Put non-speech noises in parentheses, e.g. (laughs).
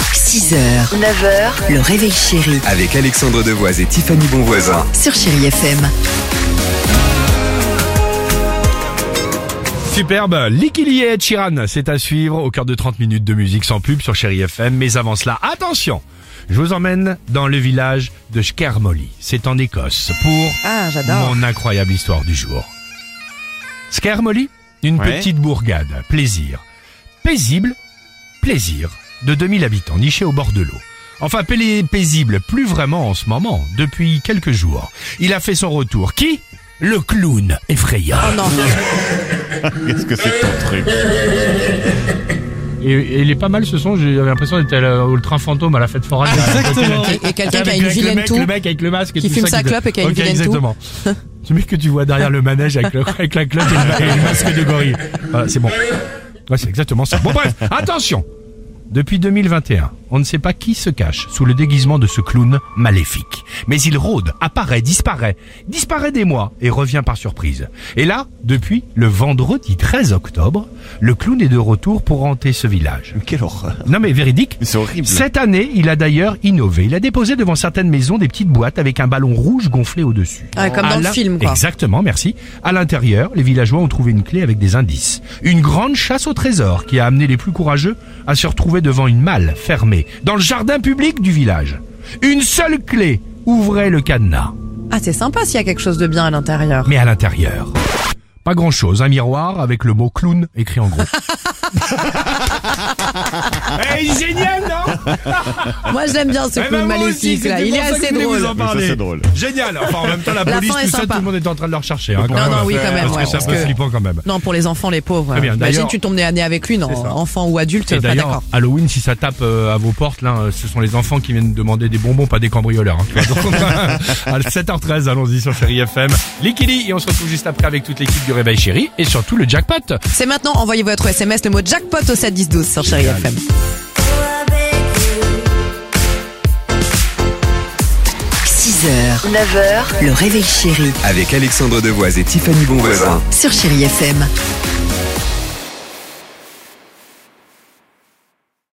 6h, 9h, le réveil chéri Avec Alexandre Devoise et Tiffany Bonvoisin. sur Chéri FM. Superbe, Likili et Ed Sheeran, c'est à suivre au cœur de 30 minutes de musique sans pub sur Chéri FM. Mais avant cela, attention, je vous emmène dans le village de Skermolly. C'est en Écosse pour Ah, j'adore. mon incroyable histoire du jour. Skermolly, une Ouais. petite bourgade, plaisir, paisible, plaisir, de 2000 habitants, nichée au bord de l'eau. Enfin, pélé- paisible, plus vraiment en ce moment, depuis quelques jours. Il a fait son retour. Qui Le clown effrayant. Qu'est-ce que c'est que ton truc Et, et il est pas mal ce son, j'avais l'impression d'être à la- au train fantôme à la fête foraine. Exactement. Et, et quelqu'un qui a Avec- une avec le vilaine mec, toux. le mec avec le masque et qui tout fume ça, sa qui- clope et qui a une Ok, vilaine toux. (laughs) exactement. Ce mec que tu vois derrière le manège avec, le- avec la clope et le, et le masque de gorille. Voilà, c'est bon. Ouais, c'est exactement ça. Bon bref, attention depuis 2021, on ne sait pas qui se cache sous le déguisement de ce clown maléfique. Mais il rôde, apparaît, disparaît, disparaît des mois et revient par surprise. Et là, depuis le vendredi 13 octobre, le clown est de retour pour hanter ce village. Quelle horreur. Non mais véridique, C'est horrible. cette année, il a d'ailleurs innové. Il a déposé devant certaines maisons des petites boîtes avec un ballon rouge gonflé au-dessus. Ah, comme À dans le l'in- film, quoi. Exactement, merci. À l'intérieur, les villageois ont trouvé une clé avec des indices. Une grande chasse au trésor qui a amené les plus courageux à se retrouver devant une malle fermée dans le jardin public du village. Une seule clé ouvrait le cadenas. Ah, c'est sympa s'il y a quelque chose de bien à l'intérieur. Mais à l'intérieur, pas grand chose, un miroir avec le mot clown écrit en (laughs) gros. hey, Eh, génial, non Moi, j'aime bien ce Eh ben, clown moi aussi, maléfique, là. c'était Il est pour ça que assez je voulais vous drôle. en Mais ça, parler. c'est drôle. Génial. Enfin, en même temps, la, La police, fin est tout ça, sympa. tout le monde est en train de le rechercher. hein, quand Non, même. non, oui, quand même. ouais, Parce que parce c'est un peu que- flippant quand même. Non, pour les enfants, les pauvres. Très bien, Imagine, d'ailleurs- tu tombes nez à nez avec lui, non C'est ça. Enfant ou adulte, Et pas d'ailleurs, d'accord. Halloween, si ça tape euh, à vos portes, là, euh, ce sont les enfants qui viennent demander des bonbons, pas des cambrioleurs. hein, tu vois. Donc, (laughs) à 7h13, allons-y sur Chéri FM. Likili, et on se retrouve juste après avec toute l'équipe du Réveil Chéri et surtout le jackpot. C'est maintenant, envoyez votre SMS le mot jackpot au 7 10 12 sur Chéri FM. h 9h, le réveil chéri Avec Alexandre Devoise et Tiffany Bonvoisin. sur Chéri FM.